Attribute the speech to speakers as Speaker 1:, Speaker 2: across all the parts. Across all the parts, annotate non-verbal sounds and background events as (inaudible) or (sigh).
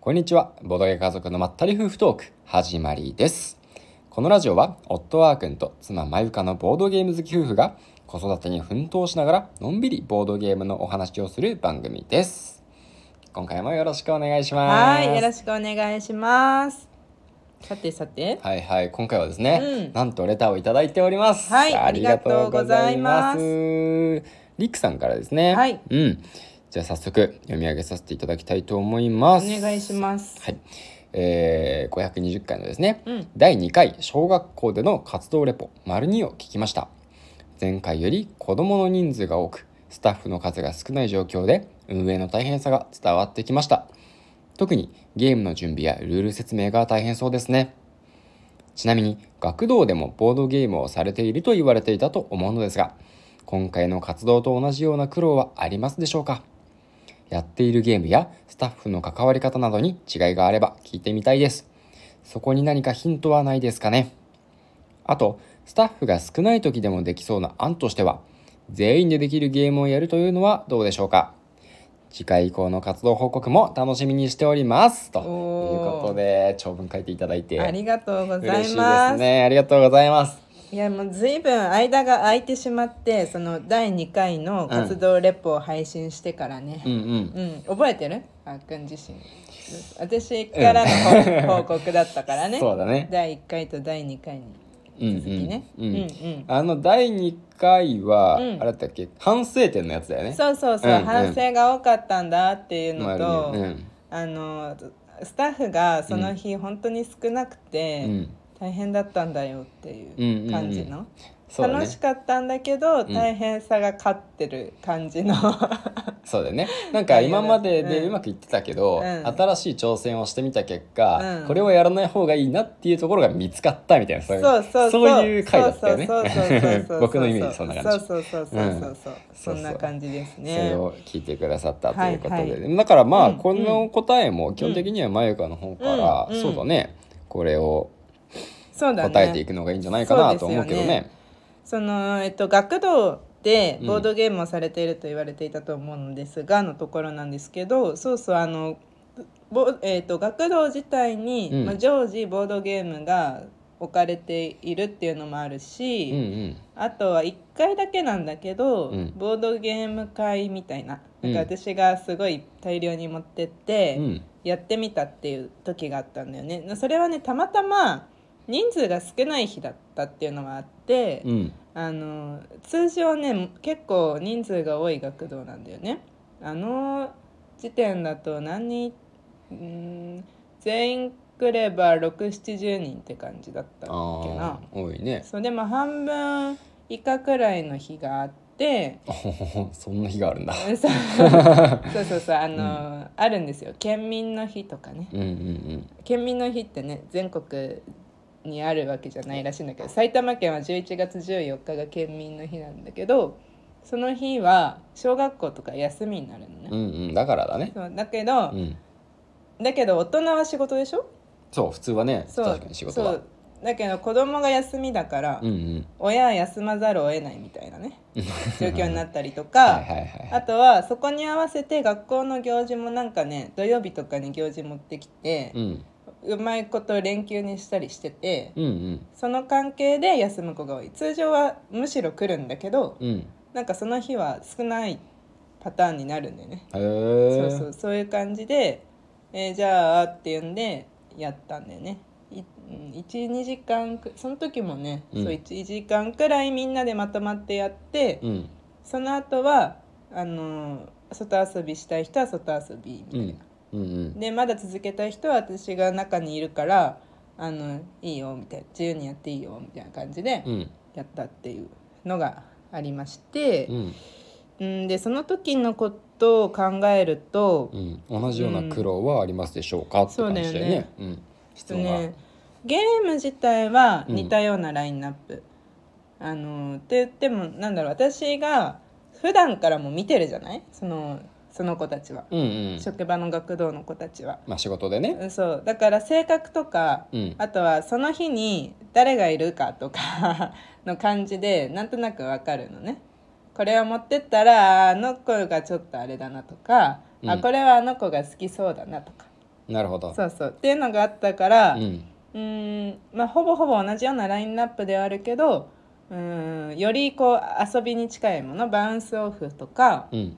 Speaker 1: こんにちはボドゲ家族のまったり夫婦トーク始まりですこのラジオは夫ワー君と妻まゆかのボードゲーム好き夫婦が子育てに奮闘しながらのんびりボードゲームのお話をする番組です今回もよろしくお願いします
Speaker 2: はい、よろしくお願いします。さてさて、
Speaker 1: はいはい今回はですね、
Speaker 2: うん
Speaker 1: なんとレターをいただいております
Speaker 2: はいありがとうございます
Speaker 1: リックさんからですね
Speaker 2: はい
Speaker 1: うんじゃあ早速読み上げさせていただきたいと思いま
Speaker 2: お
Speaker 1: す
Speaker 2: 願いします。
Speaker 1: はい、えー、520回のですね、
Speaker 2: うん
Speaker 1: 第2回小学校での活動レポ丸2を聞きました前回より子どもの人数が多くスタッフの数が少ない状況で運営の大変さが伝わってきました特にゲームの準備やルール説明が大変そうですねちなみに学童でもボードゲームをされていると言われていたと思うのですが今回の活動と同じような苦労はありますでしょうかやっているゲームやスタッフの関わり方などに違いがあれば聞いてみたいですそこに何かヒントはないですかねあとスタッフが少ない時でもできそうな案としては全員でできるゲームをやるというのはどうでしょうか次回以降の活動報告も楽しみにしておりますという
Speaker 2: おー
Speaker 1: ことで長文書いていただいて
Speaker 2: ありがとうござ
Speaker 1: 嬉し
Speaker 2: い
Speaker 1: いで
Speaker 2: ますす。
Speaker 1: ねありがとうございます
Speaker 2: いやもうずいぶん間が空いてしまって、その第2回の活動レポを配信してからね
Speaker 1: う。んうん
Speaker 2: うん、覚えてる？あっくん自
Speaker 1: (laughs)
Speaker 2: 身。私からの報報告だったからね。
Speaker 1: そうだね
Speaker 2: 第1回と第2回に
Speaker 1: うん
Speaker 2: 続きね。
Speaker 1: うんうん
Speaker 2: うん
Speaker 1: あの第2回は、
Speaker 2: うん
Speaker 1: あれだったっけ反省点のやつだよね
Speaker 2: そうそうそう、
Speaker 1: うんうん
Speaker 2: 反省が多かったんだっていう
Speaker 1: もあ
Speaker 2: の
Speaker 1: る
Speaker 2: と、
Speaker 1: ねうん
Speaker 2: あのスタッフがその日本当に少なくて、
Speaker 1: うん
Speaker 2: 大変だったんだよっていう感じの、
Speaker 1: そうだ
Speaker 2: 楽
Speaker 1: ね
Speaker 2: しかったんだけど、
Speaker 1: ん
Speaker 2: 大変さが勝ってる感じの
Speaker 1: そうだよねなんか今までで
Speaker 2: うん
Speaker 1: うまくいってたけど、
Speaker 2: うん
Speaker 1: 新しい挑戦をしてみた結果、
Speaker 2: うん
Speaker 1: これをやらない方がいいなっていうところが見つかったみたいなそう
Speaker 2: そう
Speaker 1: いう
Speaker 2: そうそう
Speaker 1: そういう回だったよね
Speaker 2: そうそうそうそうそう
Speaker 1: 僕のイメージそんな感じ
Speaker 2: そうそうそうそうそうそう、そんな感じです
Speaker 1: (laughs) それ
Speaker 2: ね
Speaker 1: を聞いてくださったということで、
Speaker 2: はいは
Speaker 1: だからまあ、
Speaker 2: うん
Speaker 1: この答えも基本的にはまゆかの方から、
Speaker 2: うんうん
Speaker 1: そうだねこれを
Speaker 2: そうだね
Speaker 1: 答えていくのがいいんじゃないかなと思うけど
Speaker 2: そうで
Speaker 1: ね
Speaker 2: すよね。そのえっと学童でボードゲームをされていると言われていたと思うのですが、のところなんですけどそうそうあのぼ、えっと学童自体に、
Speaker 1: うん
Speaker 2: まあ、常時ボードゲームが置かれているっていうのもあるし、
Speaker 1: うんうん
Speaker 2: あとは1回だけなんだけど、
Speaker 1: うん
Speaker 2: ボードゲーム会みたいな
Speaker 1: う
Speaker 2: なんんか私がすごい大量に持ってって、
Speaker 1: うん
Speaker 2: やってみたっていう時があったんだよね。それはねたまたま人数が少ない日だったっていうのはあって、
Speaker 1: うん
Speaker 2: あの通常ね結構人数が多い学童なんだよねあの時点だと何人うーん全員来れば670人って感じだったっ
Speaker 1: あ
Speaker 2: けな
Speaker 1: ー多いね (laughs)
Speaker 2: そうでも半分以下くらいの日があって
Speaker 1: おほほほそんな日があるんだ
Speaker 2: うんそうそうそうそうあの、あるんですよ県民の日とかね
Speaker 1: うんうん
Speaker 2: 県民の日ってね全国にあるわけじゃないらしいんだけど埼玉県は11月14日が県民の日なんだけどその日は小学校とか休みになるのね、
Speaker 1: うんうんうんだからだね
Speaker 2: そうだけど、
Speaker 1: うん
Speaker 2: だけど大人は仕事でしょ
Speaker 1: そう普通はね
Speaker 2: そう
Speaker 1: 確かに仕事は
Speaker 2: そうだけど子供が休みだから、
Speaker 1: うんうん
Speaker 2: 親は休まざるを得ないみたいなね状況になったりとか、
Speaker 1: (laughs) はいはいは
Speaker 2: あとはそこに合わせて学校の行事もなんかね土曜日とかに行事持ってきて
Speaker 1: い、うん
Speaker 2: うまいこと連休にしたりしてて、
Speaker 1: うんうん
Speaker 2: その関係で休む子が多い通常はむしろ来るんだけど
Speaker 1: うんへ
Speaker 2: なんかその日は少ないパターンになるんだよね、
Speaker 1: え
Speaker 2: そうそうそういう感じで、えーじゃあっていうんでやったんだよね12時間くその時もね、
Speaker 1: うん
Speaker 2: そう1時間くらいみんなでまとまってやって、
Speaker 1: うん
Speaker 2: その後はあのー外遊びしたい人は外遊びみた
Speaker 1: う
Speaker 2: いな、
Speaker 1: んうんうん
Speaker 2: でまだ続けたい人は私が中にいるからあのいいよみたいな自由にやっていいよみたいな感じで
Speaker 1: うん
Speaker 2: やったっていうのがありまして
Speaker 1: う、ん
Speaker 2: うん、でその時のことを考えると、
Speaker 1: うん同じような苦労はありますでしょうかって感じだよねうん質問は
Speaker 2: ね、ゲーム自体は
Speaker 1: うん
Speaker 2: 似たようなラインナップ、あのって言ってもなんだろう私が普段からも見てるじゃないそのその子たちは、
Speaker 1: うんうん
Speaker 2: 職場の学童の子たちは。
Speaker 1: まあ仕事でね
Speaker 2: うんそうだから性格とか
Speaker 1: うん
Speaker 2: あとはその日に誰がいるかとか (laughs) の感じでなんとなくわかるのね。これを持ってったらあの子がちょっとあれだなとか、
Speaker 1: う
Speaker 2: あ
Speaker 1: ん
Speaker 2: これはあの子が好きそうだなとか
Speaker 1: なるほど
Speaker 2: そうそうっていうのがあったから、
Speaker 1: うん
Speaker 2: うーんまあほぼほぼ同じようなラインナップではあるけどうーんよりこう遊びに近いものバウンスオフとか
Speaker 1: うん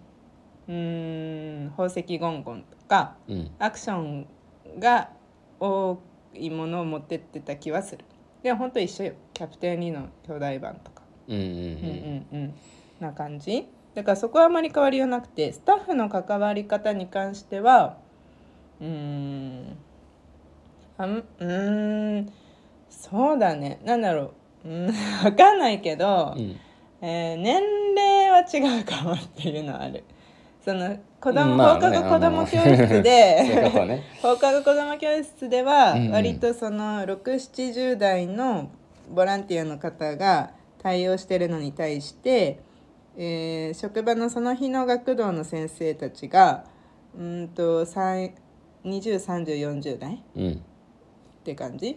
Speaker 2: うーん宝石ゴンゴンとか
Speaker 1: うん
Speaker 2: アクションが多いものを持ってってた気はするでもほんと一緒よキャプテンリの兄弟版とか
Speaker 1: うんうん
Speaker 2: う
Speaker 1: うんん
Speaker 2: うんうんな感じだからそこはあまり変わりはなくてスタッフの関わり方に関してはうーんあんうーんそうだねなんだろううんわかんないけど、
Speaker 1: うん
Speaker 2: えー年齢は違うかもっていうのはある。その子供、
Speaker 1: まあ
Speaker 2: 放課
Speaker 1: ね
Speaker 2: 後子供
Speaker 1: あの
Speaker 2: 教室
Speaker 1: そうい
Speaker 2: (laughs)
Speaker 1: う
Speaker 2: で
Speaker 1: ことね
Speaker 2: 放課後子ども教室では
Speaker 1: うんうん
Speaker 2: 割とその670代のボランティアの方が対応してるのに対して、えー職場のその日の学童の先生たちがうーんと203040代っ
Speaker 1: うん
Speaker 2: て感じ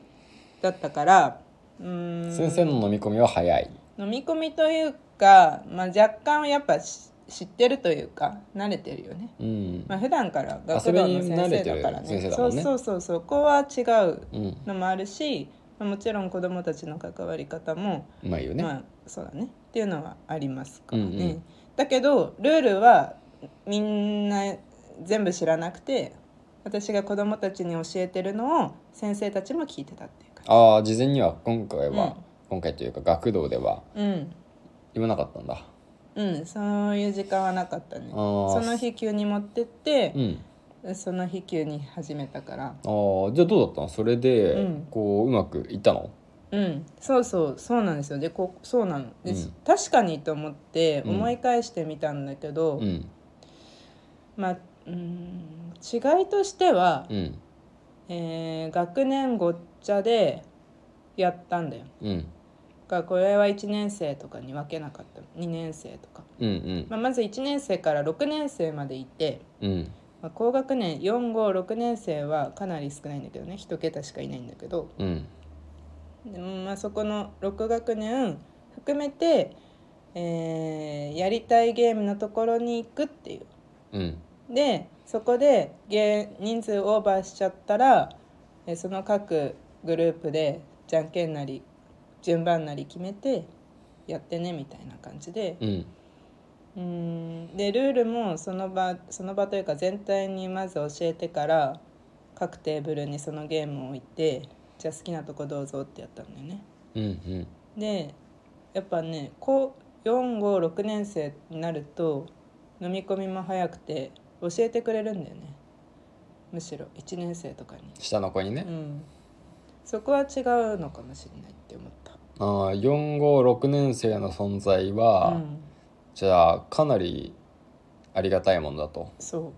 Speaker 2: だったからうーん
Speaker 1: 先生の飲み込みは早い
Speaker 2: 飲み込みというか、まあ、若干やっぱし知ってるというか慣れてるよね。
Speaker 1: うん
Speaker 2: まあ普段から学童の先生だか
Speaker 1: 遊
Speaker 2: ら
Speaker 1: びに慣れてる先
Speaker 2: ね
Speaker 1: 生だ
Speaker 2: そ
Speaker 1: も
Speaker 2: うん
Speaker 1: ね
Speaker 2: そうそうそうそこは違う
Speaker 1: うん
Speaker 2: のもあるしまあもちろん子どもたちの関わり方も、
Speaker 1: うまいよね、
Speaker 2: まあそうだねっていうのはありますからね、
Speaker 1: うんうん
Speaker 2: だけどルールはみんな全部知らなくて私が子どもたちに教えてるのを先生たちも聞いてたっていうか、
Speaker 1: ああ事前には今回は、
Speaker 2: うん
Speaker 1: 今回というか学童では
Speaker 2: うん
Speaker 1: 言わなかったんだ
Speaker 2: うん、そういう時間はなかったね
Speaker 1: あー
Speaker 2: その日急に持ってって
Speaker 1: う、ん
Speaker 2: その日急に始めたから
Speaker 1: ああじゃあどうだったのそれで、
Speaker 2: うん
Speaker 1: こううまくいったの
Speaker 2: うん、そうそうそうなんですよでこうそうなので、
Speaker 1: うん
Speaker 2: 確かにと思って
Speaker 1: うん
Speaker 2: 思い返してみたんだけど、
Speaker 1: うん
Speaker 2: まあうん違いとしては、
Speaker 1: うん
Speaker 2: えー学年ごっちゃでやったんだよ
Speaker 1: うん
Speaker 2: だからこれは1年生とかに分けなかった2年生とか、
Speaker 1: うんうん
Speaker 2: まあ、まず1年生から6年生までいて、
Speaker 1: うん
Speaker 2: まあ、高学年456年生はかなり少ないんだけどね1桁しかいないんだけど、
Speaker 1: うん
Speaker 2: でまあ、そこの6学年含めて、えーやりたいゲームのところに行くっていう。
Speaker 1: うん
Speaker 2: でそこでゲー人数オーバーしちゃったら、えーその各グループでじゃんけんなり順番なり決めてやってねみたいな感じで
Speaker 1: うん
Speaker 2: うんでルールもその場その場というか全体にまず教えてから各テーブルにそのゲームを置いてじゃあ好きなとこどうぞってやったんだよね。
Speaker 1: うん
Speaker 2: でやっぱねこう456年生になると飲み込みも早くて教えてくれるんだよねむしろ1年生とかに、
Speaker 1: 下の子にね
Speaker 2: う、ん、そこは違うのかもしれないって思った
Speaker 1: ああ456年生の存在は、
Speaker 2: うん、
Speaker 1: じゃあかなりありがたいものだと
Speaker 2: そ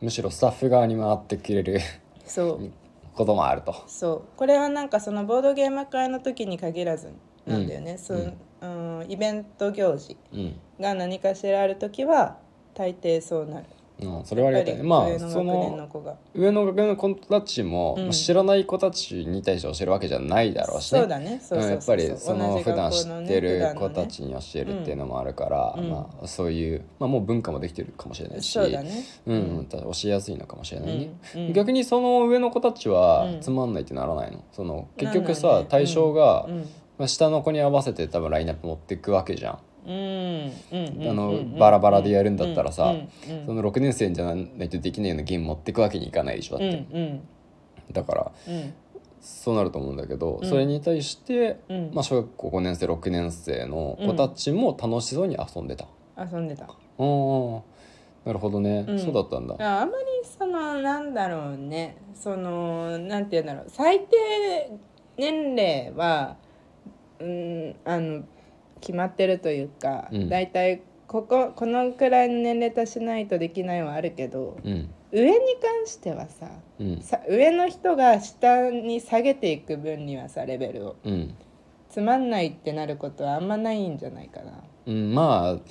Speaker 2: う
Speaker 1: むしろスタッフ側に回ってくれる
Speaker 2: そう
Speaker 1: こともあると
Speaker 2: そうこれはなんかそのボードゲーム会の時に限らずなんだよね、そううん、イベント行事
Speaker 1: うん、
Speaker 2: が何かしらある時は大抵そうなる
Speaker 1: うん、それはありがたいねまあ
Speaker 2: 上の
Speaker 1: そ
Speaker 2: 学年の
Speaker 1: の
Speaker 2: 子が
Speaker 1: 上の学年の子たちも、
Speaker 2: うん
Speaker 1: 知らない子たちに対して教えるわけじゃないだろうしね
Speaker 2: そうだねそう
Speaker 1: うん
Speaker 2: そ
Speaker 1: や
Speaker 2: う
Speaker 1: っ
Speaker 2: そ
Speaker 1: ぱ
Speaker 2: う
Speaker 1: りその
Speaker 2: 同じ
Speaker 1: 普段
Speaker 2: 学
Speaker 1: 知
Speaker 2: 校の
Speaker 1: っ
Speaker 2: ね
Speaker 1: てる子
Speaker 2: 普段の
Speaker 1: た
Speaker 2: ね
Speaker 1: ちに教えるっていうのもあるから、
Speaker 2: うん
Speaker 1: まあ、そういう、まあ、もう文化もできてるかもしれないし
Speaker 2: そうだね
Speaker 1: うんうん、教えやすいのかもしれないね、
Speaker 2: うんうん
Speaker 1: 逆にその上の子たちは
Speaker 2: うん
Speaker 1: つまんないってならないのその結
Speaker 2: なら
Speaker 1: 局
Speaker 2: な
Speaker 1: さ、
Speaker 2: いね
Speaker 1: 対象が、
Speaker 2: うん
Speaker 1: まあ、下の子に合わせて多分ラインナップ持っていくわけじゃん、
Speaker 2: うんうんうん
Speaker 1: あの
Speaker 2: うん
Speaker 1: バラバラでやるんだったらさ
Speaker 2: うんうん
Speaker 1: その6年生じゃないとできないようなゲーム持っていくわけにいかないでしょ
Speaker 2: う
Speaker 1: だ
Speaker 2: ん
Speaker 1: って、
Speaker 2: うん
Speaker 1: だから
Speaker 2: うん
Speaker 1: そうなると思うんだけど、
Speaker 2: うん
Speaker 1: それに対して、
Speaker 2: うん
Speaker 1: まあ、小学校5年生6年生の子たちも楽しそうに遊んでた。
Speaker 2: 遊んでた
Speaker 1: あーなるほどね、
Speaker 2: うん
Speaker 1: そうだったんだ。
Speaker 2: ああんまりそのなんだろうねそのなんて言うんだろう最低年齢はうんあの決まってるというか、
Speaker 1: うん
Speaker 2: だいたいこここのくらいの年齢足しないとできないはあるけど
Speaker 1: うん、
Speaker 2: 上に関してはさ
Speaker 1: うん、
Speaker 2: さ上の人が下に下げていく分にはさレベルを
Speaker 1: うん、
Speaker 2: つまんないってなることはあんまないんじゃないかな。
Speaker 1: うん、まあ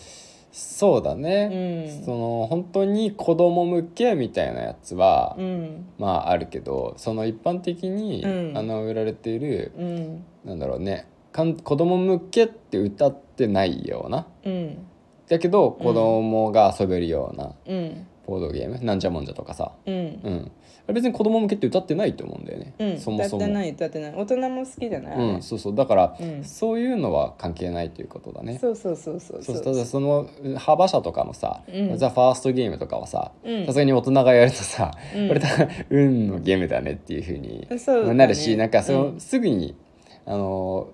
Speaker 1: そうだ
Speaker 2: う
Speaker 1: ね、そ
Speaker 2: ん、
Speaker 1: の本当に子供向けみたいなやつは、
Speaker 2: うん、
Speaker 1: まああるけどその一般的に、
Speaker 2: うん
Speaker 1: あの売られている
Speaker 2: うん、
Speaker 1: なんだろうねかん子供向けって歌ってないような
Speaker 2: うん、
Speaker 1: だけど子供が遊べるような、
Speaker 2: うん、
Speaker 1: ボードゲームなんじゃもんじゃとかさ、
Speaker 2: うん
Speaker 1: うん、あれ別に子供向けって歌ってないと思うんだよね、
Speaker 2: うん、
Speaker 1: そもそ
Speaker 2: 歌って
Speaker 1: も。
Speaker 2: ない歌ってない大人も好きじゃない、
Speaker 1: うん、そうそうだから、
Speaker 2: うん
Speaker 1: そういうのは関係ないということだね。
Speaker 2: そうそうそうそう
Speaker 1: そうただその幅車とかのさ「
Speaker 2: うん
Speaker 1: ザ・ファーストゲームとかはさ
Speaker 2: うん
Speaker 1: さすがに大人がやるとさ、
Speaker 2: うん
Speaker 1: これた運のゲームだねっていうふうに
Speaker 2: そうだね
Speaker 1: なるし、なんかその、
Speaker 2: うん
Speaker 1: すぐにあの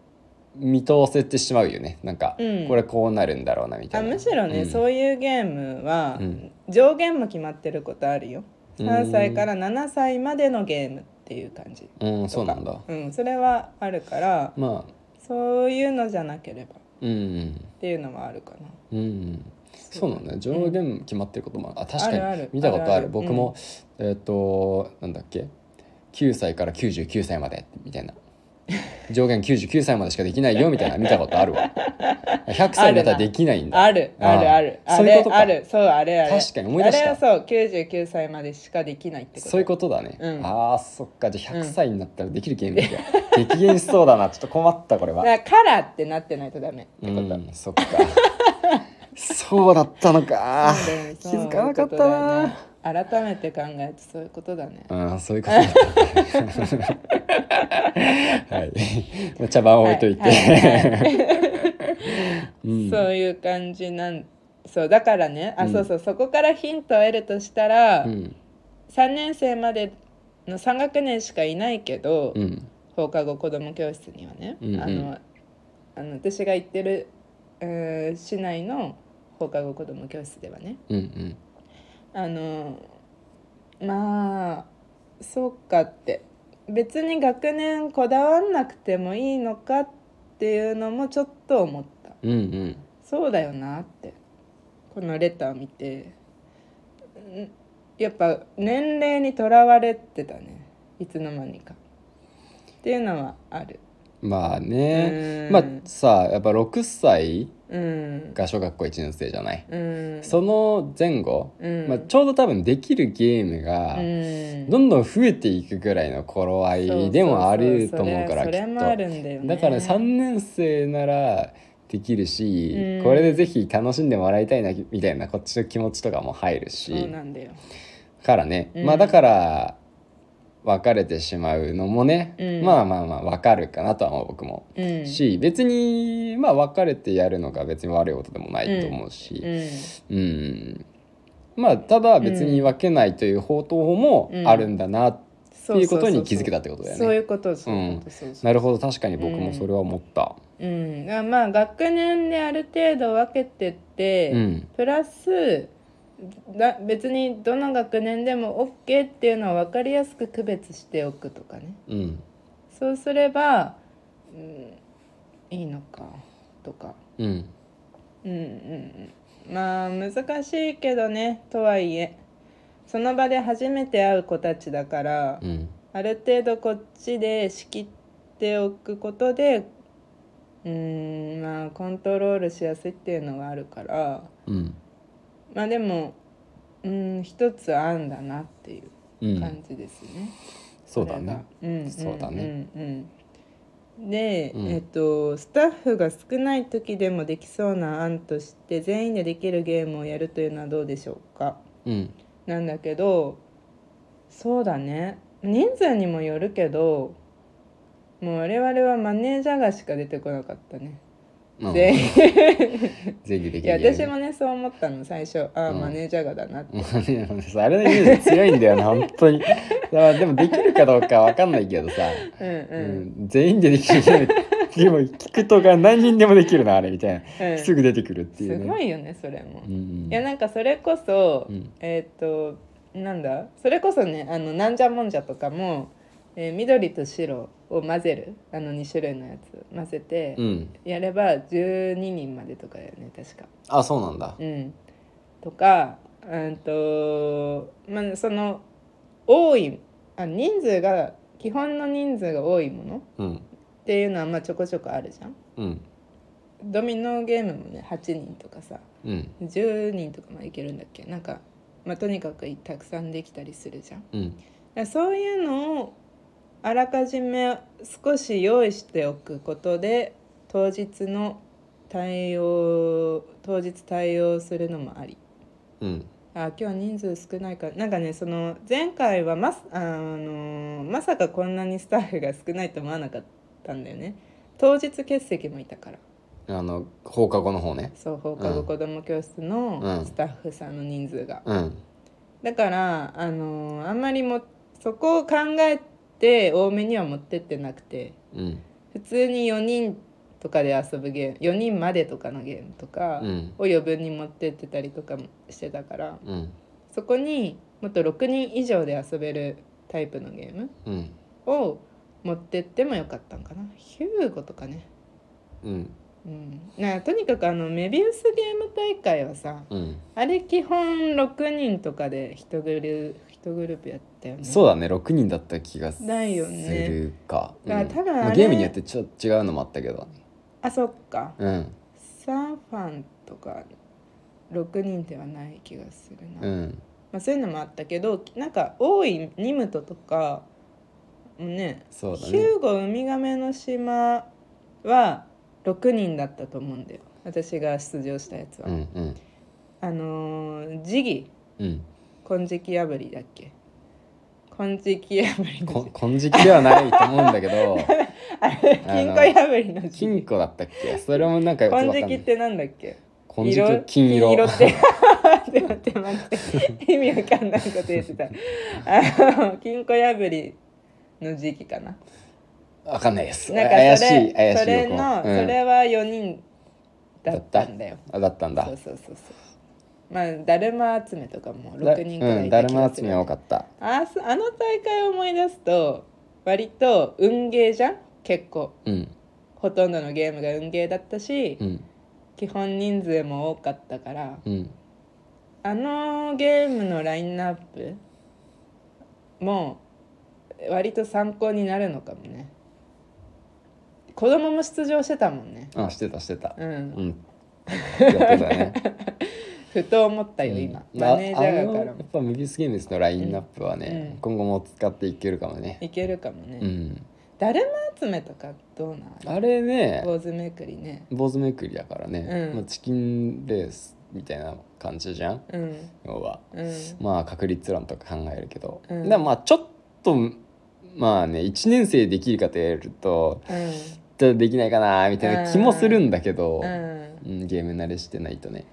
Speaker 1: 見通せてしまうよねなんか、
Speaker 2: うん
Speaker 1: これこうなるんだろうなみた
Speaker 2: あ
Speaker 1: いな
Speaker 2: むしろね、
Speaker 1: うん
Speaker 2: そういうゲームは、
Speaker 1: うん
Speaker 2: 上限も決まってることあるよ
Speaker 1: うん
Speaker 2: 3歳から7歳までのゲームっていう感じ
Speaker 1: うんそうなんだ
Speaker 2: うんそれはあるから
Speaker 1: まあ
Speaker 2: そういうのじゃなければっ
Speaker 1: うん
Speaker 2: ていうのはあるかな
Speaker 1: うんそうなんだね上限決まってることもあるあ確か
Speaker 2: あるあ
Speaker 1: に
Speaker 2: る
Speaker 1: 見たことある
Speaker 2: あるある
Speaker 1: 僕も、えっ、となんだっけ9歳から99歳までみたいな上限99歳までしかできないよみたいな見たことあるわ100歳だったらできないんだ
Speaker 2: あるあるある
Speaker 1: あー
Speaker 2: あ
Speaker 1: そういう
Speaker 2: れ
Speaker 1: ことか
Speaker 2: あるそうあれあれ
Speaker 1: 確かに思い出した
Speaker 2: あれはそう99歳までしかできないってこと
Speaker 1: そういうことだね、
Speaker 2: うん
Speaker 1: あーそっかじゃあ100歳になったらできるゲームが激減しそうだなちょっと困ったこれは
Speaker 2: だからカラーってなってないとダメって
Speaker 1: う
Speaker 2: こと、
Speaker 1: んそっ (laughs) かそうだったのか気づかなかったな
Speaker 2: な、改めて考えてそういうことだね
Speaker 1: ああそういうことだった。はい。まあ茶番は置いといて。
Speaker 2: はいはいはい
Speaker 1: うん
Speaker 2: そういう感じなんそうだからねあ、
Speaker 1: うん
Speaker 2: そうそうそこからヒントを得るとしたら、
Speaker 1: うん
Speaker 2: 3年生までの3学年しかいないけど、
Speaker 1: うん
Speaker 2: 放課後子ども教室にはね、
Speaker 1: うんうん
Speaker 2: あのあの私が行ってる、えー市内の放課後子ども教室ではね
Speaker 1: うんうん
Speaker 2: あのまあそうかって別に学年こだわんなくてもいいのかっていうのもちょっと思った
Speaker 1: うんうん
Speaker 2: そうだよなってこのレター見てんやっぱ年齢にとらわれてたねいつの間にかっていうのはある
Speaker 1: まあね。
Speaker 2: うん
Speaker 1: まあさやっぱ六歳
Speaker 2: うん
Speaker 1: が小学校一年生じゃない。
Speaker 2: うん
Speaker 1: その前後、
Speaker 2: うん
Speaker 1: まあちょうど多分できるゲームが
Speaker 2: うん
Speaker 1: どんどん増えていくぐらいの頃合いでもあると思うからき
Speaker 2: そ
Speaker 1: っ
Speaker 2: れそれもあ
Speaker 1: と。
Speaker 2: るんだよね
Speaker 1: だから3年生ならできるし、
Speaker 2: うん
Speaker 1: これでぜひ楽しんでもらいたいなみたいなこっちの気持ちとかも入るし
Speaker 2: そうなんだよ
Speaker 1: からね、
Speaker 2: うん
Speaker 1: まあだから別れてしまうのもね、
Speaker 2: うん
Speaker 1: まあまあまあ分かるかなとは思う僕も、
Speaker 2: うん
Speaker 1: し別にまあ別れてやるのが別に悪いことでもないと思う
Speaker 2: う
Speaker 1: し、
Speaker 2: ん
Speaker 1: うんまあただ別に分けないという方法もあるんだな、
Speaker 2: そうそうそうそう
Speaker 1: っていうことに気づけたってことだよね
Speaker 2: そういうことそういうことそうそう
Speaker 1: なるほど確かに僕もそれは思った。
Speaker 2: うんあまあ学年である程度分けてって、
Speaker 1: うん
Speaker 2: プラスだ別にどの学年でも OK っていうのを分かりやすく区別しておくとかね
Speaker 1: うん
Speaker 2: そうすれば、うん、いいのかとか
Speaker 1: うん
Speaker 2: うんうんうんまあ難しいけどねとはいえその場で初めて会う子たちだから、
Speaker 1: うん
Speaker 2: ある程度こっちで仕切っておくことでうーんまあコントロールしやすいっていうのがあるから
Speaker 1: うん
Speaker 2: まあでもうん一つ案だなっていう
Speaker 1: うん
Speaker 2: 感じですね。
Speaker 1: そうだ
Speaker 2: これが
Speaker 1: ね。
Speaker 2: うん
Speaker 1: そうだね。
Speaker 2: うんうんうんで、
Speaker 1: うん
Speaker 2: えっとスタッフが少ない時でもできそうな案として全員でできるゲームをやるというのはどうでしょうか
Speaker 1: うん
Speaker 2: なんだけどそうだね人数にもよるけどもう我々はマネージャーがしか出てこなかったね。
Speaker 1: うん
Speaker 2: 全員
Speaker 1: ぜひで
Speaker 2: い
Speaker 1: き
Speaker 2: や
Speaker 1: るゲーム
Speaker 2: 私もねそう思ったの最初ああ、
Speaker 1: うん
Speaker 2: マネージャーがだなって
Speaker 1: もうね (laughs) あれのイメージ強いんだよな本当にだからでもできるかどうかわかんないけどさ、
Speaker 2: うん
Speaker 1: う
Speaker 2: うん
Speaker 1: ん、全員でできるゲームでも聞くとか何人でもできるなあれみたい
Speaker 2: うん、
Speaker 1: なすぐ出てくるっていう
Speaker 2: す
Speaker 1: ね
Speaker 2: ごいよねそれも、
Speaker 1: うんうん
Speaker 2: いやなんかそれこそ、
Speaker 1: うん
Speaker 2: えっ、となんだそれこそねあのなんじゃもんじゃとかも、えー緑と白を混ぜるあの2種類のやつ混ぜて
Speaker 1: うん
Speaker 2: やれば12人までとかよね確か。
Speaker 1: あそうなんだ
Speaker 2: うん、とか、うんとまあ、その多いあ人数が基本の人数が多いものっ
Speaker 1: うん
Speaker 2: ていうのはまあちょこちょこあるじゃん。
Speaker 1: うん
Speaker 2: ドミノゲームもね8人とかさ
Speaker 1: うん
Speaker 2: 10人とかまでいけるんだっけなんか、まあ、とにかくたくさんできたりするじゃん。だ
Speaker 1: う
Speaker 2: か
Speaker 1: ん
Speaker 2: らそういうのをあらかじめ少し用意しておくことで当日の対応当日対応するのもあり
Speaker 1: うん
Speaker 2: あ今日人数少ないからなんかねその前回はまさあのまさかこんなにスタッフが少ないと思わなかったんだよね当日欠席もいたから
Speaker 1: あの放課後の方ね
Speaker 2: そう放課後子ども教室の
Speaker 1: うん
Speaker 2: スタッフさんの人数が、
Speaker 1: うん
Speaker 2: だからあのあんまりもそこを考えて多めには持ってってなくて
Speaker 1: うん
Speaker 2: 普通に4人とかで遊ぶゲーム4人までとかのゲームとか
Speaker 1: うん
Speaker 2: を余分に持ってってたりとかもしてたから
Speaker 1: うん
Speaker 2: そこにもっと6人以上で遊べるタイプのゲーム
Speaker 1: うん
Speaker 2: を持ってってもよかったんかなヒューゴとかね
Speaker 1: うん
Speaker 2: うん、なとにかくあのメビウスゲーム大会はさ
Speaker 1: うん
Speaker 2: あれ基本6人とかで1グル1グループやったよね
Speaker 1: そうだね6人だった気がす
Speaker 2: だよね
Speaker 1: るか
Speaker 2: だから
Speaker 1: うん
Speaker 2: 多分
Speaker 1: ま
Speaker 2: あ
Speaker 1: あ
Speaker 2: れ
Speaker 1: ゲームによってちょっと違うのもあったけど
Speaker 2: あそっか
Speaker 1: うん
Speaker 2: サンファンとか6人ではない気がするな、
Speaker 1: うん
Speaker 2: まあ、そういうのもあったけどなんか多いニムトとかもね
Speaker 1: そうだ
Speaker 2: ヒ
Speaker 1: ね
Speaker 2: ューゴウミガメの島は6人だったと思うんだよ私が出場したやつは、
Speaker 1: うんうん
Speaker 2: あのージギ
Speaker 1: うん
Speaker 2: 金色破りだっけ金色破りの
Speaker 1: こ
Speaker 2: (laughs)
Speaker 1: 金色ではないと思うんだけど (laughs)
Speaker 2: あれ
Speaker 1: あの
Speaker 2: 金庫破りの時
Speaker 1: 金庫だったっけそれもなんかよくわかん
Speaker 2: 金
Speaker 1: ない
Speaker 2: 色ってなんだっけ
Speaker 1: 金色金色
Speaker 2: 金色って (laughs) 待って待って待って意味わかんないこと言ってたあの金庫破りの時期かな
Speaker 1: わかんないです
Speaker 2: なんか
Speaker 1: 怪し
Speaker 2: それ
Speaker 1: い怪しい
Speaker 2: それ
Speaker 1: 僕
Speaker 2: の、
Speaker 1: もうん
Speaker 2: それは4人だったんだよ
Speaker 1: あだったんだ
Speaker 2: そうそうそうそうまあだるま集めとかも6人くらいい
Speaker 1: だ
Speaker 2: た
Speaker 1: うん、だる
Speaker 2: 気
Speaker 1: ま
Speaker 2: が
Speaker 1: 集
Speaker 2: す
Speaker 1: め
Speaker 2: る
Speaker 1: は多かった
Speaker 2: あそあの大会を思い出すと割と運ゲーじゃん結構
Speaker 1: うん
Speaker 2: ほとんどのゲームが運ゲーだったし、
Speaker 1: うん
Speaker 2: 基本人数も多かったから
Speaker 1: うん
Speaker 2: あのゲームのラインナップも割と参考になるのかもね子供も出場してたもんね
Speaker 1: あしてたしてた
Speaker 2: うん、
Speaker 1: うん
Speaker 2: (laughs)
Speaker 1: やってたね
Speaker 2: ふと思ったよ今、
Speaker 1: うん
Speaker 2: マネージャ
Speaker 1: ああ
Speaker 2: ー
Speaker 1: の
Speaker 2: が
Speaker 1: や
Speaker 2: から
Speaker 1: っ
Speaker 2: も
Speaker 1: ぱムビスゲームズのラインナップはね、
Speaker 2: うん
Speaker 1: 今後も使っていけるかもね
Speaker 2: いけるかもね、
Speaker 1: うん
Speaker 2: だるま集めとかどうなん
Speaker 1: あれね
Speaker 2: 坊主めくりね
Speaker 1: 坊主めくりだからね、
Speaker 2: うん
Speaker 1: まあ、チキンレースみたいな感じじゃん
Speaker 2: うん
Speaker 1: 要は
Speaker 2: うん
Speaker 1: まあ確率論とか考えるけど、
Speaker 2: うん
Speaker 1: でもまあちょっとまあね1年生できるかと言えるとち
Speaker 2: う
Speaker 1: ょっとできないかなみたいな気もするんだけど、
Speaker 2: ん、うん、
Speaker 1: うん、ゲーム慣れしてないとね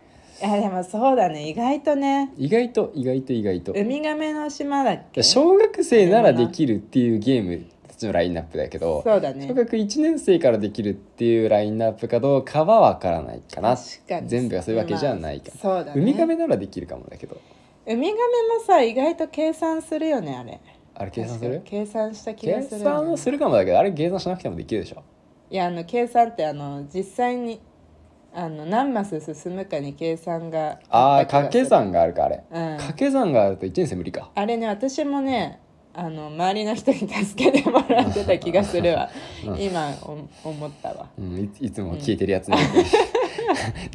Speaker 2: いやでもそうだね意外とね
Speaker 1: 意外と意外と意外と
Speaker 2: ウミガメの島だっけそう
Speaker 1: 小学生ならできるっていうゲームたちのラインナップだけど
Speaker 2: だ
Speaker 1: 小
Speaker 2: ね
Speaker 1: 学1年生からできるっていうラインナップかどうかは分からないかな
Speaker 2: 確かに
Speaker 1: 全部がそういうわけじゃないから、
Speaker 2: そうだね
Speaker 1: ウミガメならできるかもだけど
Speaker 2: ウミガメもさ意外と計算するよねあれ
Speaker 1: あれ計算する
Speaker 2: 確か計算した気が
Speaker 1: 計
Speaker 2: する、
Speaker 1: 算するかもだけどあれ計算しなくてもできるでしょ
Speaker 2: いやあの計算ってあの実際にあの何マス進むかに計算が
Speaker 1: ああ
Speaker 2: った
Speaker 1: 掛
Speaker 2: 気がする
Speaker 1: け算があるかあれ
Speaker 2: うん
Speaker 1: 掛け算があると1年生無理か
Speaker 2: あれね私もねあの周りの人に助けてもらってた気がするわ
Speaker 1: (laughs) うん
Speaker 2: 今お思ったわ
Speaker 1: うん、いついつも消えてるや (laughs) つね、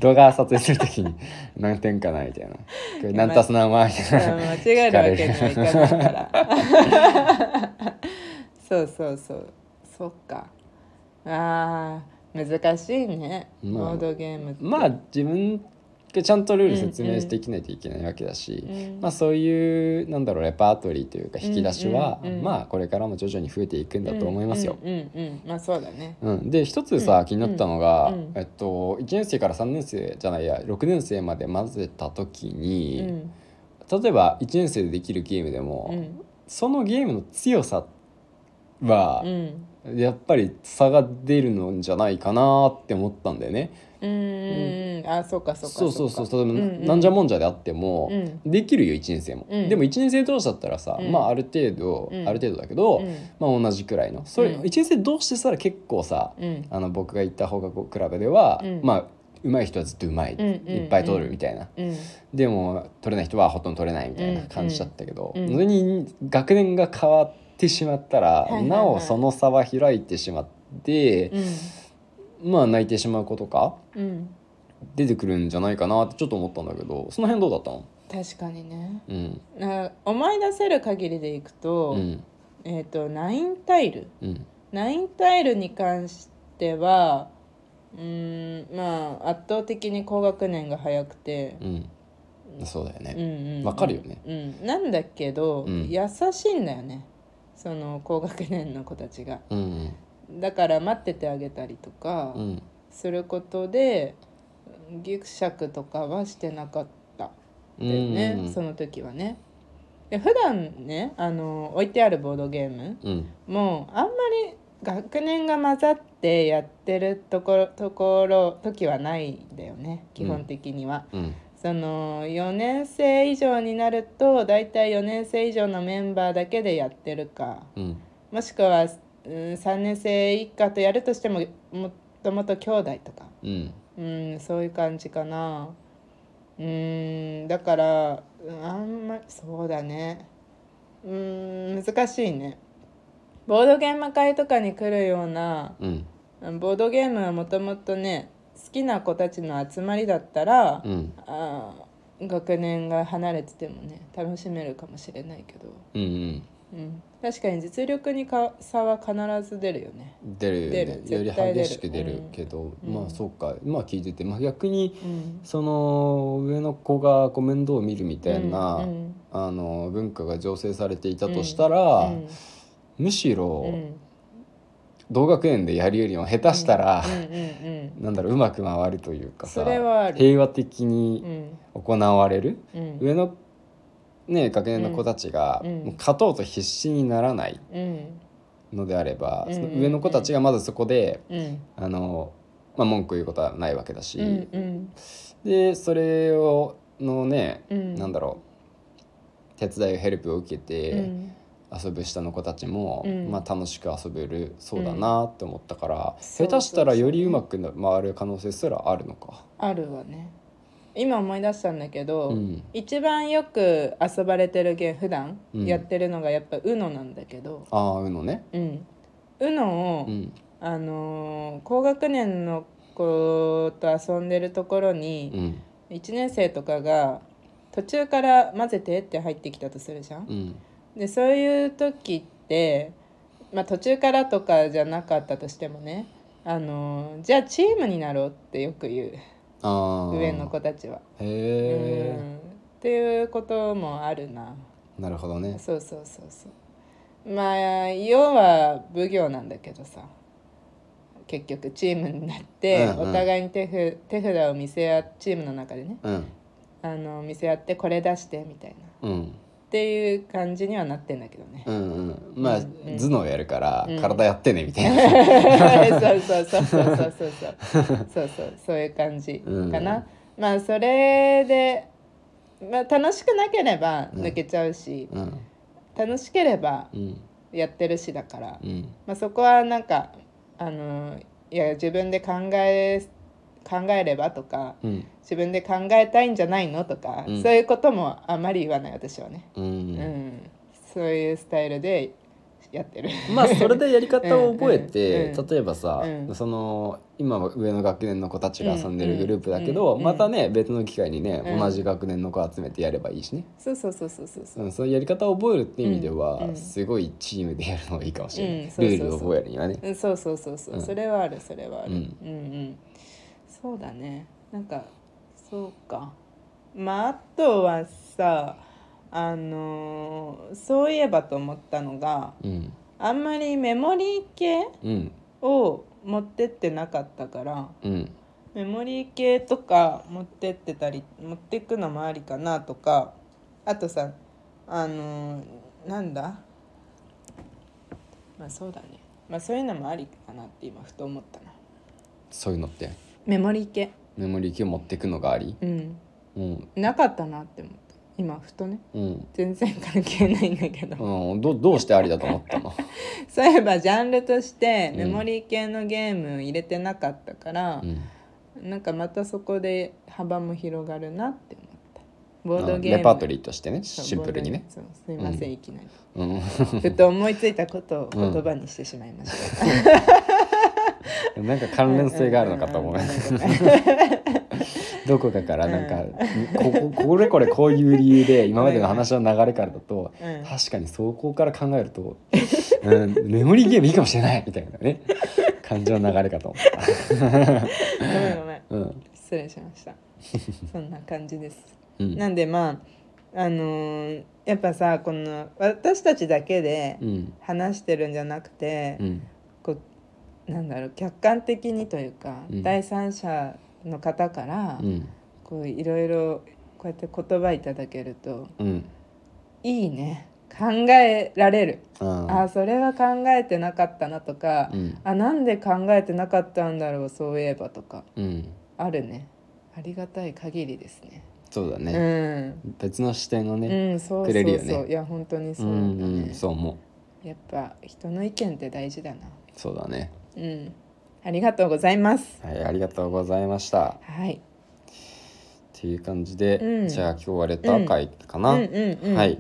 Speaker 1: 動画撮影するときに何点かなみたいなこれ何足す何はみ
Speaker 2: うん
Speaker 1: たいな
Speaker 2: 間違えるわけにはいかないから。そうそうそう。そっか。あー難しいね。
Speaker 1: まあ
Speaker 2: ボードゲームって。
Speaker 1: まあ自分がちゃんとルール説明していきないといけないわけだし、
Speaker 2: うん
Speaker 1: まあ、そういうなんだろうレパートリーというか引き出しは、
Speaker 2: うんうんうん
Speaker 1: まあこれからも徐々に増えていくんだと思いますよ。
Speaker 2: うんうん、うんまあそうだね。
Speaker 1: うん、で一つさ、
Speaker 2: うん
Speaker 1: 気になったのが、
Speaker 2: うん
Speaker 1: えっと、1年生から3年生じゃないや6年生まで混ぜた時
Speaker 2: う
Speaker 1: に、
Speaker 2: ん
Speaker 1: 例えば1年生でできるゲームでも、
Speaker 2: うん
Speaker 1: そのゲームの強さは
Speaker 2: う、ん
Speaker 1: やっぱり差が出るのんじゃないかなって思ったんだよね。
Speaker 2: うんうんうんあそうかそうか
Speaker 1: そうそうそう
Speaker 2: か
Speaker 1: 例えば、
Speaker 2: うんうん
Speaker 1: なんじゃもんじゃであっても、
Speaker 2: うん
Speaker 1: できるよ1年生も、
Speaker 2: うん
Speaker 1: でも1年生同士だったらさ、
Speaker 2: うん
Speaker 1: まあある程度、
Speaker 2: うん
Speaker 1: ある程度だけど、
Speaker 2: うん
Speaker 1: まあ同じくらいのそれ、
Speaker 2: うん
Speaker 1: 1年生同士でしたら結構さ、
Speaker 2: うん
Speaker 1: あの僕が行った放課後クラブでは、
Speaker 2: うん
Speaker 1: まあ上手い人はずっと上手い、
Speaker 2: うんうんうん
Speaker 1: いっぱい取るみたいな
Speaker 2: うん
Speaker 1: でも取れない人はほとんど取れないみたいな感じだったけど、
Speaker 2: うんうん
Speaker 1: それに学年が変わってしまったら、
Speaker 2: いはいはい
Speaker 1: なおその差は開いてしまって
Speaker 2: う、ん
Speaker 1: まあ泣いてしまうことか
Speaker 2: うん
Speaker 1: 出てくるんじゃないかなってちょっと思ったんだけどその辺どうだったの
Speaker 2: 確かにね
Speaker 1: うん
Speaker 2: な思い出せる限りでいくと、
Speaker 1: うん
Speaker 2: えっ、とナインタイル
Speaker 1: うん
Speaker 2: ナインタイルに関してはうーんまあ圧倒的に高学年が早くて
Speaker 1: うんそうだよね、
Speaker 2: うんうん
Speaker 1: わかるよね、
Speaker 2: うん、なんだけど、
Speaker 1: うん
Speaker 2: 優しいんだよねその高学年の子たちが
Speaker 1: うん
Speaker 2: だから待っててあげたりとか
Speaker 1: うん
Speaker 2: することで、ギクシャクとかはしてなかった
Speaker 1: うん
Speaker 2: だよね、
Speaker 1: うん
Speaker 2: その時はねで普段ねあの置いてあるボードゲーム
Speaker 1: うん
Speaker 2: もうあんまり学年が混ざってやってるところところ時はないんだよね基本的には。
Speaker 1: うん
Speaker 2: その4年生以上になると大体4年生以上のメンバーだけでやってるか
Speaker 1: うん
Speaker 2: もしくは、うん、3年生以下とやるとしてももともと兄弟とか、
Speaker 1: うん
Speaker 2: うん、そういう感じかなうんだからうんあんまそうだねうん難しいねボードゲーム会とかに来るような
Speaker 1: うん
Speaker 2: うんボードゲームはもともとね好きな子たちの集まりだったら、
Speaker 1: うん
Speaker 2: あー学年が離れててもね楽しめるかもしれないけど、
Speaker 1: うん
Speaker 2: うん、確かに実力にか差は必ず出るよね。
Speaker 1: 出るよね
Speaker 2: 出る
Speaker 1: より
Speaker 2: 絶対出る
Speaker 1: 激しく出るけど、
Speaker 2: うん
Speaker 1: ま
Speaker 2: う
Speaker 1: あ
Speaker 2: ん
Speaker 1: そうかまあ聞いてて、まあ、逆に
Speaker 2: うん、
Speaker 1: その上の子がこう面倒を見るみたいな、
Speaker 2: うん
Speaker 1: あの文化が醸成されていたとしたら、
Speaker 2: うん
Speaker 1: むし
Speaker 2: う
Speaker 1: ろ
Speaker 2: ん
Speaker 1: 同学年でやるよりも下手したら
Speaker 2: う、んうんうん
Speaker 1: なんだろううまく回るというかさ
Speaker 2: それはある
Speaker 1: 平和的
Speaker 2: う
Speaker 1: に
Speaker 2: ん
Speaker 1: 行われる、
Speaker 2: うん
Speaker 1: 上の、ね、学年の子たちが、
Speaker 2: うんうん
Speaker 1: もう勝とうと必死にならない
Speaker 2: うん
Speaker 1: のであれば、
Speaker 2: うん
Speaker 1: その上の子たちがまずそこで、
Speaker 2: うん
Speaker 1: あのまあ、文句言うことはないわけだし、
Speaker 2: うんうん
Speaker 1: でそれをのね、
Speaker 2: うん
Speaker 1: なんだろう手伝いヘルプを受けて。
Speaker 2: うん
Speaker 1: 遊ぶ下の子たちも、
Speaker 2: うん
Speaker 1: まあ、楽しく遊べるそうだなって思ったから、
Speaker 2: そう
Speaker 1: 下手したら
Speaker 2: そうそう
Speaker 1: よりうまくな回る可能性すらあるのか。
Speaker 2: あるわね今思い出したんだけど、
Speaker 1: うん
Speaker 2: 一番よく遊ばれてるゲーム普段
Speaker 1: うん
Speaker 2: やってるのがやっぱ UNO なんだけど、
Speaker 1: ああうのね。
Speaker 2: うん、UNO を、
Speaker 1: うん
Speaker 2: あのー高学年の子と遊んでるところ
Speaker 1: う
Speaker 2: に、
Speaker 1: ん
Speaker 2: 1年生とかが途中から混ぜてって入ってきたとするじゃん。
Speaker 1: うん
Speaker 2: でそういう時って、まあ、途中からとかじゃなかったとしてもね、あのーじゃあチームになろうってよく言
Speaker 1: ああ
Speaker 2: う上の子たちは。
Speaker 1: へ
Speaker 2: う
Speaker 1: え、
Speaker 2: んっていうこともあるな。
Speaker 1: なるほどね。
Speaker 2: そうそうそうそうまあ要は奉行なんだけどさ結局チームになって、
Speaker 1: うんうん
Speaker 2: お互いに手ふ手札を見せ合チームの中でね
Speaker 1: うん
Speaker 2: あの見せ合ってこれ出してみたいなっ
Speaker 1: うん
Speaker 2: ていう感じにはなってんだけどね
Speaker 1: うんうんまあ、頭脳やるから
Speaker 2: うん
Speaker 1: 体やってねみたいな。
Speaker 2: そうそうそうそうそうそうそうそうそうそういう感じかな、まあそれで、まあ、楽しくなければ抜けちゃうし、
Speaker 1: うん
Speaker 2: 楽しければ
Speaker 1: うん
Speaker 2: やってるしだから
Speaker 1: うん
Speaker 2: まあ、そこはなんかあのいや自分で考え考えればとか
Speaker 1: うん
Speaker 2: 自分で考えたいんじゃないのとか、
Speaker 1: うん
Speaker 2: そういうこともあまり言わない私はね、
Speaker 1: う
Speaker 2: うん
Speaker 1: ん
Speaker 2: そういうスタイルでやってる
Speaker 1: まあそれでやり方を覚えて、
Speaker 2: うんうん
Speaker 1: 例えばさ、
Speaker 2: うん
Speaker 1: その今は上の学年の子たちが遊んでるグループだけ
Speaker 2: う
Speaker 1: ど、
Speaker 2: んうん
Speaker 1: またね別の機会にね、
Speaker 2: うん
Speaker 1: 同じ学年の子集めてやればいいしね、
Speaker 2: そうそうそうそうそうそう
Speaker 1: うん、そういうやり方を覚えるって意味では、
Speaker 2: うんうん
Speaker 1: すごいチームでやるのがいいかもしれない、
Speaker 2: うんそうそうそう
Speaker 1: ルールを覚えるにはね。
Speaker 2: うんそうそうそうそう、
Speaker 1: うん
Speaker 2: それはあるそれはある、
Speaker 1: う
Speaker 2: うんん、うんそうだねなんかそうかまああとはさあのそういえばと思ったのが
Speaker 1: うん
Speaker 2: あんまりメモリー系
Speaker 1: うん
Speaker 2: を持ってってなかったから
Speaker 1: うん
Speaker 2: メモリー系とか持ってってたり持ってくのもありかなとかあとさあのーなんだまあそうだねまあそういうのもありかなって今ふと思ったな
Speaker 1: そういうのって
Speaker 2: メモリー系
Speaker 1: メモリー機を持っていくのがあり、
Speaker 2: うん
Speaker 1: うん
Speaker 2: なかったなって思った今ふとね
Speaker 1: うん
Speaker 2: 全然関係ないんだけど、 (laughs)
Speaker 1: うん、どどうしてありだと思ったの
Speaker 2: そういえばジャンルとして
Speaker 1: うん
Speaker 2: メモリー系のゲーム入れてなかったから、
Speaker 1: うん
Speaker 2: なんかまたそこで幅も広がるなって思ったボードゲーム
Speaker 1: レパートリーとしてね
Speaker 2: そう
Speaker 1: シンプルにね。
Speaker 2: ボードそうすみません、
Speaker 1: うん
Speaker 2: いきなり
Speaker 1: うん
Speaker 2: ふと思いついたことを
Speaker 1: うん
Speaker 2: 言葉にしてしまい
Speaker 1: (laughs)
Speaker 2: ました、 (laughs)
Speaker 1: なんか関連性があるのかと思う
Speaker 2: うんうんうん
Speaker 1: どこかからなんか、こここれこれこういう理由
Speaker 2: (laughs)
Speaker 1: で今までの話の流れからだと、 (laughs)
Speaker 2: うん
Speaker 1: 確かにそこから考えると、うん、メモリーゲームいいかもしれないみたいなね感情の流れかと思っ
Speaker 2: ごめんごめ
Speaker 1: た、
Speaker 2: ん
Speaker 1: うん、
Speaker 2: 失礼しましたそんな感じです
Speaker 1: うん
Speaker 2: なんでまああのーやっぱさこの私たちだけで
Speaker 1: うん
Speaker 2: 話してるんじゃなくて、
Speaker 1: うん
Speaker 2: こうなんだろう客観的にというか、
Speaker 1: うん
Speaker 2: 第三者の方から、
Speaker 1: うん
Speaker 2: こういろいろこうやって言葉いただけると
Speaker 1: うん
Speaker 2: いいね考えられる、あ
Speaker 1: あ
Speaker 2: ーそれは考えてなかったなとか、
Speaker 1: ーうん
Speaker 2: あなんで考えてなかったんだろうそういえばとか
Speaker 1: うん
Speaker 2: あるねありがたい限りですね
Speaker 1: そうだね、別の視点を
Speaker 2: うん、
Speaker 1: ね、
Speaker 2: うん、そう
Speaker 1: く
Speaker 2: そう
Speaker 1: れるよ
Speaker 2: そう、
Speaker 1: ね
Speaker 2: いや本当に
Speaker 1: う
Speaker 2: そうだ
Speaker 1: ん
Speaker 2: ね、
Speaker 1: うんそう思う
Speaker 2: やっぱ人の意見って大事だな
Speaker 1: そうだね
Speaker 2: うんありがとうございます
Speaker 1: はいありがとうございました
Speaker 2: はい
Speaker 1: っていう感じで、
Speaker 2: うん
Speaker 1: じゃあ今日はレター会か
Speaker 2: う
Speaker 1: な、
Speaker 2: んうんうん
Speaker 1: はい。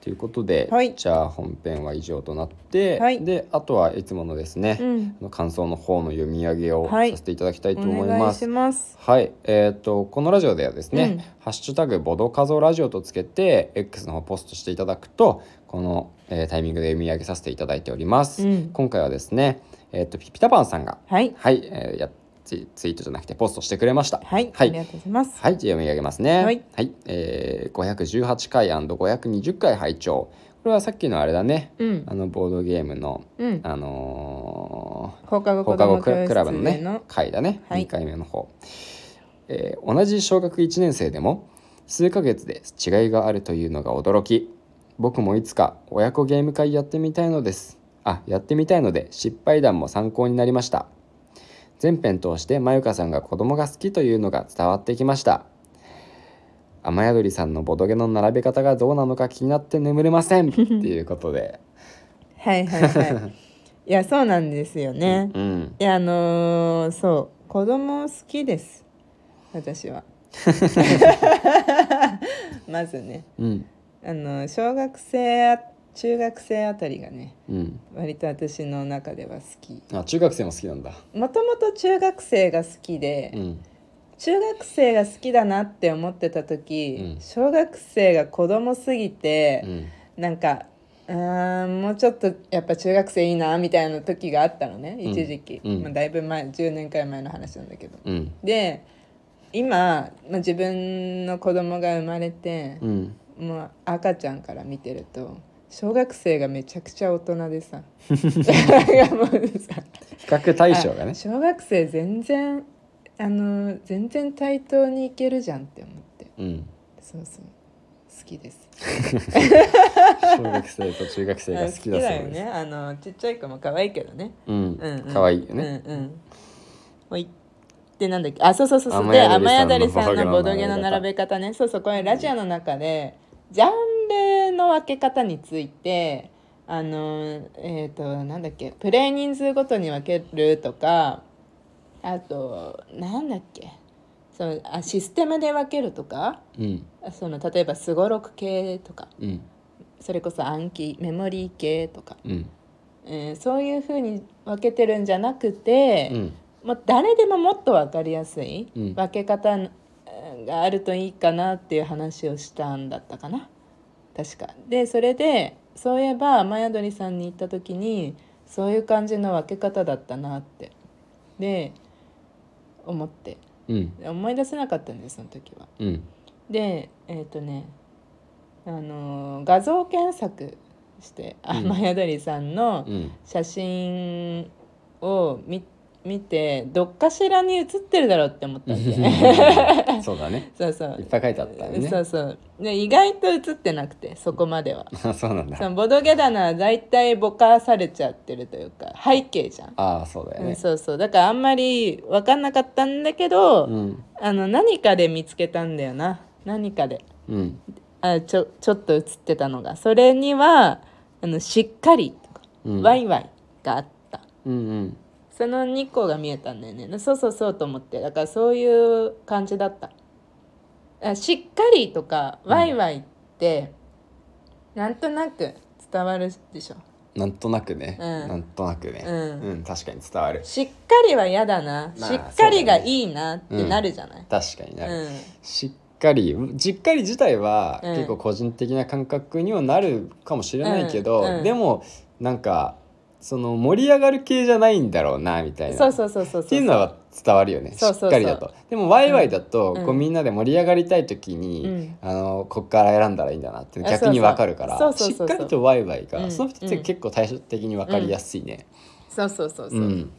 Speaker 1: ということで、
Speaker 2: はい
Speaker 1: じゃあ本編は以上となって、
Speaker 2: はい
Speaker 1: であとはいつものですね
Speaker 2: う、ん
Speaker 1: あの感想の方の読み上げをさ
Speaker 2: はい
Speaker 1: せていただきたいと思
Speaker 2: お
Speaker 1: い
Speaker 2: 願
Speaker 1: ま
Speaker 2: い
Speaker 1: す
Speaker 2: し。ます
Speaker 1: はい、えっ、とこのラジオではですね、
Speaker 2: うん
Speaker 1: ハッシュタグボドカゾラジオとつけて X の方ポストしていただくとこの、えータイミングで読み上げさせていただいております。
Speaker 2: うん
Speaker 1: 今回はですね、えっ、とピピタパンさんが
Speaker 2: はい
Speaker 1: はい、えーやツイツイートじゃなくてポストしてくれました。
Speaker 2: はい、
Speaker 1: は
Speaker 2: あり
Speaker 1: い。
Speaker 2: がとうございます
Speaker 1: はい、じゃあ読み上げますね。
Speaker 2: はい、
Speaker 1: えー、518回 &520 回拝聴。これはさっきのあれだね。
Speaker 2: うん
Speaker 1: あのボードゲームの
Speaker 2: うん
Speaker 1: あのー
Speaker 2: 放課後
Speaker 1: 放
Speaker 2: 子
Speaker 1: 課
Speaker 2: ど
Speaker 1: 後
Speaker 2: も
Speaker 1: ク
Speaker 2: 教
Speaker 1: ラ
Speaker 2: 室
Speaker 1: クラブの
Speaker 2: で
Speaker 1: ね
Speaker 2: の
Speaker 1: 会だね、
Speaker 2: はい
Speaker 1: 2回目の方、えー同じ小学1年生でも数ヶ月で違いがあるというのが驚き僕もいつか親子ゲーム会やってみたいのですあやってみたいので失敗談も参考になりました全編通してまゆかさんが子供が好きというのが伝わってきました雨宿りさんのボドゲの並べ方がどうなのか気になって眠れませんっていうことで、
Speaker 2: はいは
Speaker 1: (laughs)
Speaker 2: いはいいやそうなんですよ (laughs) ね、
Speaker 1: うん、
Speaker 2: いやあのーそう子供好きです私
Speaker 1: (laughs)
Speaker 2: はまずね
Speaker 1: うん
Speaker 2: あの小学生あ中学生あたりがね
Speaker 1: うん
Speaker 2: 割と私の中では好き
Speaker 1: あ中学生も好きなんだ
Speaker 2: もともと中学生が好きで、
Speaker 1: うん
Speaker 2: 中学生が好きだなって思ってた時、
Speaker 1: うん
Speaker 2: 小学生が子供すぎて
Speaker 1: う、ん
Speaker 2: なんかうーんもうちょっとやっぱ中学生いいなみたいな時があったのね
Speaker 1: ん
Speaker 2: 一時期、
Speaker 1: うん
Speaker 2: まあ、だいぶ前10年くらい前の話なんだけど
Speaker 1: うん
Speaker 2: で今、まあ、自分の子供が生まれて、
Speaker 1: うん
Speaker 2: もう赤ちゃんから見てると小学生がめちゃくちゃ大人で
Speaker 1: (laughs)
Speaker 2: さいやもうさ
Speaker 1: 比較対象がね
Speaker 2: あ小学生全然あの全然対等にいけるじゃんって思って
Speaker 1: うん
Speaker 2: そうそう好きです
Speaker 1: 小学生と中学生が
Speaker 2: あ
Speaker 1: 好きだそう
Speaker 2: よ
Speaker 1: です、
Speaker 2: ねあのちっちゃい子も可愛いけどね
Speaker 1: うん
Speaker 2: うん
Speaker 1: 可愛、いよね、
Speaker 2: うんうんほいでなんだっけあそうそうそうそう
Speaker 1: 雨
Speaker 2: で
Speaker 1: 宿り
Speaker 2: 雨
Speaker 1: さんの
Speaker 2: 宿りさんの
Speaker 1: ボ
Speaker 2: ボ
Speaker 1: ド
Speaker 2: ド
Speaker 1: ゲ
Speaker 2: ゲ
Speaker 1: の並べ方
Speaker 2: の並べ方ねそうそうこれラジオの中でジャンルの分け方についてあのえっ、となんだっけプレイ人数ごとに分けるとかあとなんだっけそうあシステムで分けるとか
Speaker 1: うん
Speaker 2: その例えばすごろく系とか
Speaker 1: うん
Speaker 2: それこそ暗記メモリー系とか、
Speaker 1: うん
Speaker 2: えーそういうふうに分けてるんじゃなくて、
Speaker 1: うん
Speaker 2: もう誰でももっと分かりやすい
Speaker 1: うん
Speaker 2: 分け方えーがあるといいかなっていう話をしたんだったかな確か。でそれでそういえば雨宿りさんに行った時にそういう感じの分け方だったなってで思って
Speaker 1: うん
Speaker 2: 思い出せなかったんですその時は。
Speaker 1: うん
Speaker 2: でえっ、とねあのー画像検索して
Speaker 1: うん
Speaker 2: 雨宿りさんの、
Speaker 1: うん
Speaker 2: 写真を見見てどっかしらに写ってるだろうって思ったんだよ
Speaker 1: (laughs)
Speaker 2: ね
Speaker 1: そうだね
Speaker 2: (laughs) そうそ
Speaker 1: いっ
Speaker 2: う、
Speaker 1: ぱい書いてあったよ
Speaker 2: そう
Speaker 1: ね
Speaker 2: そうで意外と写ってなくてそこまでは
Speaker 1: あ (laughs) そうなん
Speaker 2: そ
Speaker 1: だ
Speaker 2: のボドゲ棚は大体ぼかされちゃってるというか背景じゃん、
Speaker 1: ああそうだよ
Speaker 2: うん、
Speaker 1: ね
Speaker 2: そうそうだからあんまり分かんなかったんだけ
Speaker 1: う
Speaker 2: ど、
Speaker 1: ん
Speaker 2: あの何かで見つけたんだよな何かで
Speaker 1: うん
Speaker 2: あちょちょっと写ってたのがそれにはあのしっかりとか、
Speaker 1: うん
Speaker 2: ワイワイがあった
Speaker 1: うんうん
Speaker 2: その2個が見えたんだよねそうそうそうと思ってだからそういう感じだったあしっかりとかワイワイって、なんとなく伝わるでしょ
Speaker 1: なんとなくね、
Speaker 2: うん
Speaker 1: なんとなくね、
Speaker 2: うん
Speaker 1: 確かに伝わる
Speaker 2: しっかりは嫌だな、
Speaker 1: まあ
Speaker 2: しっかりがいいなってなるじゃない、
Speaker 1: 確かにな
Speaker 2: う
Speaker 1: る、
Speaker 2: ん
Speaker 1: しっかりしっかり自体は
Speaker 2: うん
Speaker 1: 結構個人的な感覚にはなるかもしれないけど、
Speaker 2: うんうん
Speaker 1: でもなんかその盛り上がる系じゃないんだろうなみたいな
Speaker 2: そうそうそうそうそう
Speaker 1: っていうのは伝わるよね
Speaker 2: そうそうそう
Speaker 1: しっかりだとでもワイワイだと、
Speaker 2: うん
Speaker 1: こうみんなで盛り上がりたい時に、
Speaker 2: うん
Speaker 1: あのこっから選んだらいいんだなって
Speaker 2: あ
Speaker 1: 逆にわかるから
Speaker 2: そうそうそうそう
Speaker 1: しっかりとワイワイが、
Speaker 2: うん
Speaker 1: その2つ
Speaker 2: うん
Speaker 1: 結構対照的にわかりやすいね、
Speaker 2: そうそうそうそううん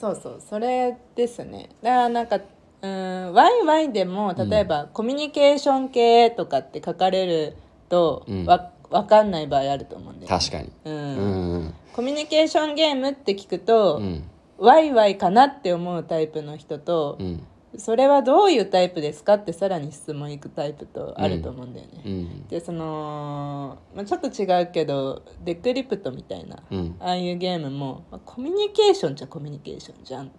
Speaker 2: そうそうそれですねだからなんかうんワイワイでも例えば、コミュニケーション系とかって書かれると、
Speaker 1: うん
Speaker 2: わ分かんない場合あると思うんで、
Speaker 1: 確かに
Speaker 2: う
Speaker 1: うんんうん
Speaker 2: コミュニケーションゲームって聞くと、
Speaker 1: うん
Speaker 2: ワイワイかなって思うタイプの人と
Speaker 1: う、ん
Speaker 2: それはどういうタイプですかってさらに質問いくタイプとあると思うんだよね、
Speaker 1: うん
Speaker 2: でその、まあ、ちょっと違うけどデクリプトみたいな、
Speaker 1: うん
Speaker 2: ああいうゲームも、まあコミュニケーションじゃコミュニケーションじゃん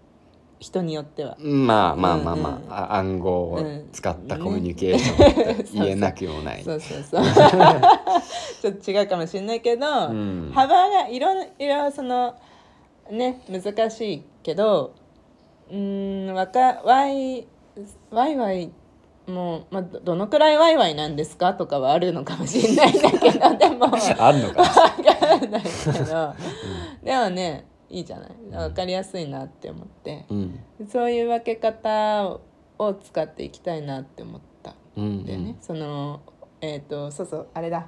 Speaker 2: 人によっては。
Speaker 1: まあまあまあまあ
Speaker 2: うんうん
Speaker 1: あ暗号
Speaker 2: う
Speaker 1: を
Speaker 2: ん
Speaker 1: 使ったコミュニケーションって言えなくもない。
Speaker 2: そうそうそう
Speaker 1: (laughs)
Speaker 2: ちょっと違うかもしれないけど、
Speaker 1: うん
Speaker 2: 幅がいろいろそのね難しいけどうーんわかワイワイワイもう、まあ、どどのくらいワイワイなんですかとかはあるのかもしれないんだけ
Speaker 1: (laughs)
Speaker 2: どでもわ
Speaker 1: あるの
Speaker 2: (laughs)
Speaker 1: かな
Speaker 2: からないけど、でもねいいじゃないわかりやすいなって思って、
Speaker 1: うん
Speaker 2: そういう分け方を使っていきたいなって思った。
Speaker 1: うんうん
Speaker 2: だよね、そのえっ、とそうそうあれだ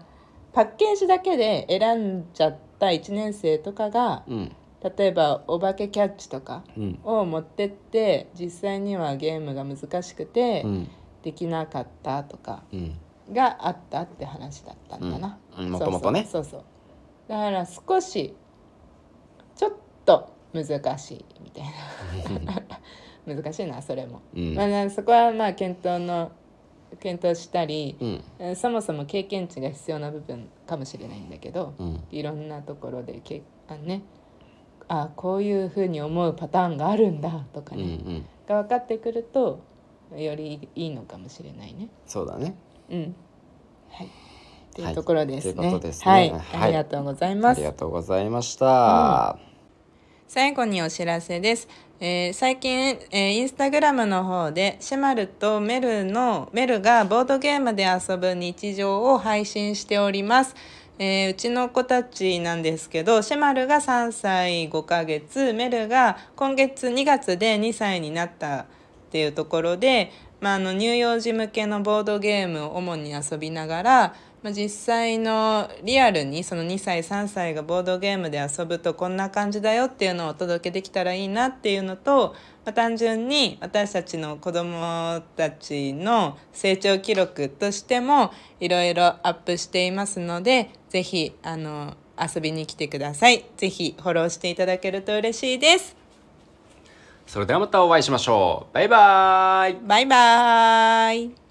Speaker 2: パッケージだけで選んじゃった1年生とかが
Speaker 1: うん
Speaker 2: 例えばお化けキャッチとか
Speaker 1: うん
Speaker 2: を持ってって実際にはゲームが難しくて
Speaker 1: うん
Speaker 2: できなかったとか
Speaker 1: うん
Speaker 2: があったって話だったんだな、
Speaker 1: うんもともとね
Speaker 2: そうそうそうそうだから少しちょっと難しいみた
Speaker 1: (laughs)
Speaker 2: いな難しいなそれも、
Speaker 1: うん
Speaker 2: まあなそこはまあ検討の検討したり、
Speaker 1: うん
Speaker 2: えーそもそも経験値が必要な部分かもしれないんだけど、
Speaker 1: うん
Speaker 2: いろんなところでけあ、ね、あこういうふうに思うパターンがあるんだとか
Speaker 1: うんう
Speaker 2: ね、
Speaker 1: ん
Speaker 2: が分かってくるとよりいいのかもしれないね。
Speaker 1: そうだね
Speaker 2: うんはい、ってい
Speaker 1: は
Speaker 2: う
Speaker 1: い
Speaker 2: ところです
Speaker 1: という
Speaker 2: ね。
Speaker 1: ことですね
Speaker 2: はい
Speaker 1: はい
Speaker 2: ありがとうござい
Speaker 1: あ
Speaker 2: ます
Speaker 1: りがとうございました
Speaker 2: 最後にお知らせです。えー最近、えーインスタグラムの方でシェマルとメルのメルがボードゲームで遊ぶ日常を配信しております。えーうちの子たちなんですけどシェマルが3歳5ヶ月メルが今月2月で2歳になったっていうところで、まあ、あの乳幼児向けのボードゲームを主に遊びながら、まあ、実際のリアルにその2歳3歳がボードゲームで遊ぶとこんな感じだよっていうのをお届けできたらいいなっていうのと、まあ、単純に私たちの子どもたちの成長記録としてもいろいろアップしていますのでぜひあの遊びに来てください。ぜひフォローしていただけると嬉しいです。
Speaker 1: それではまたお会いしましょうバイバイ
Speaker 2: バイバーイ。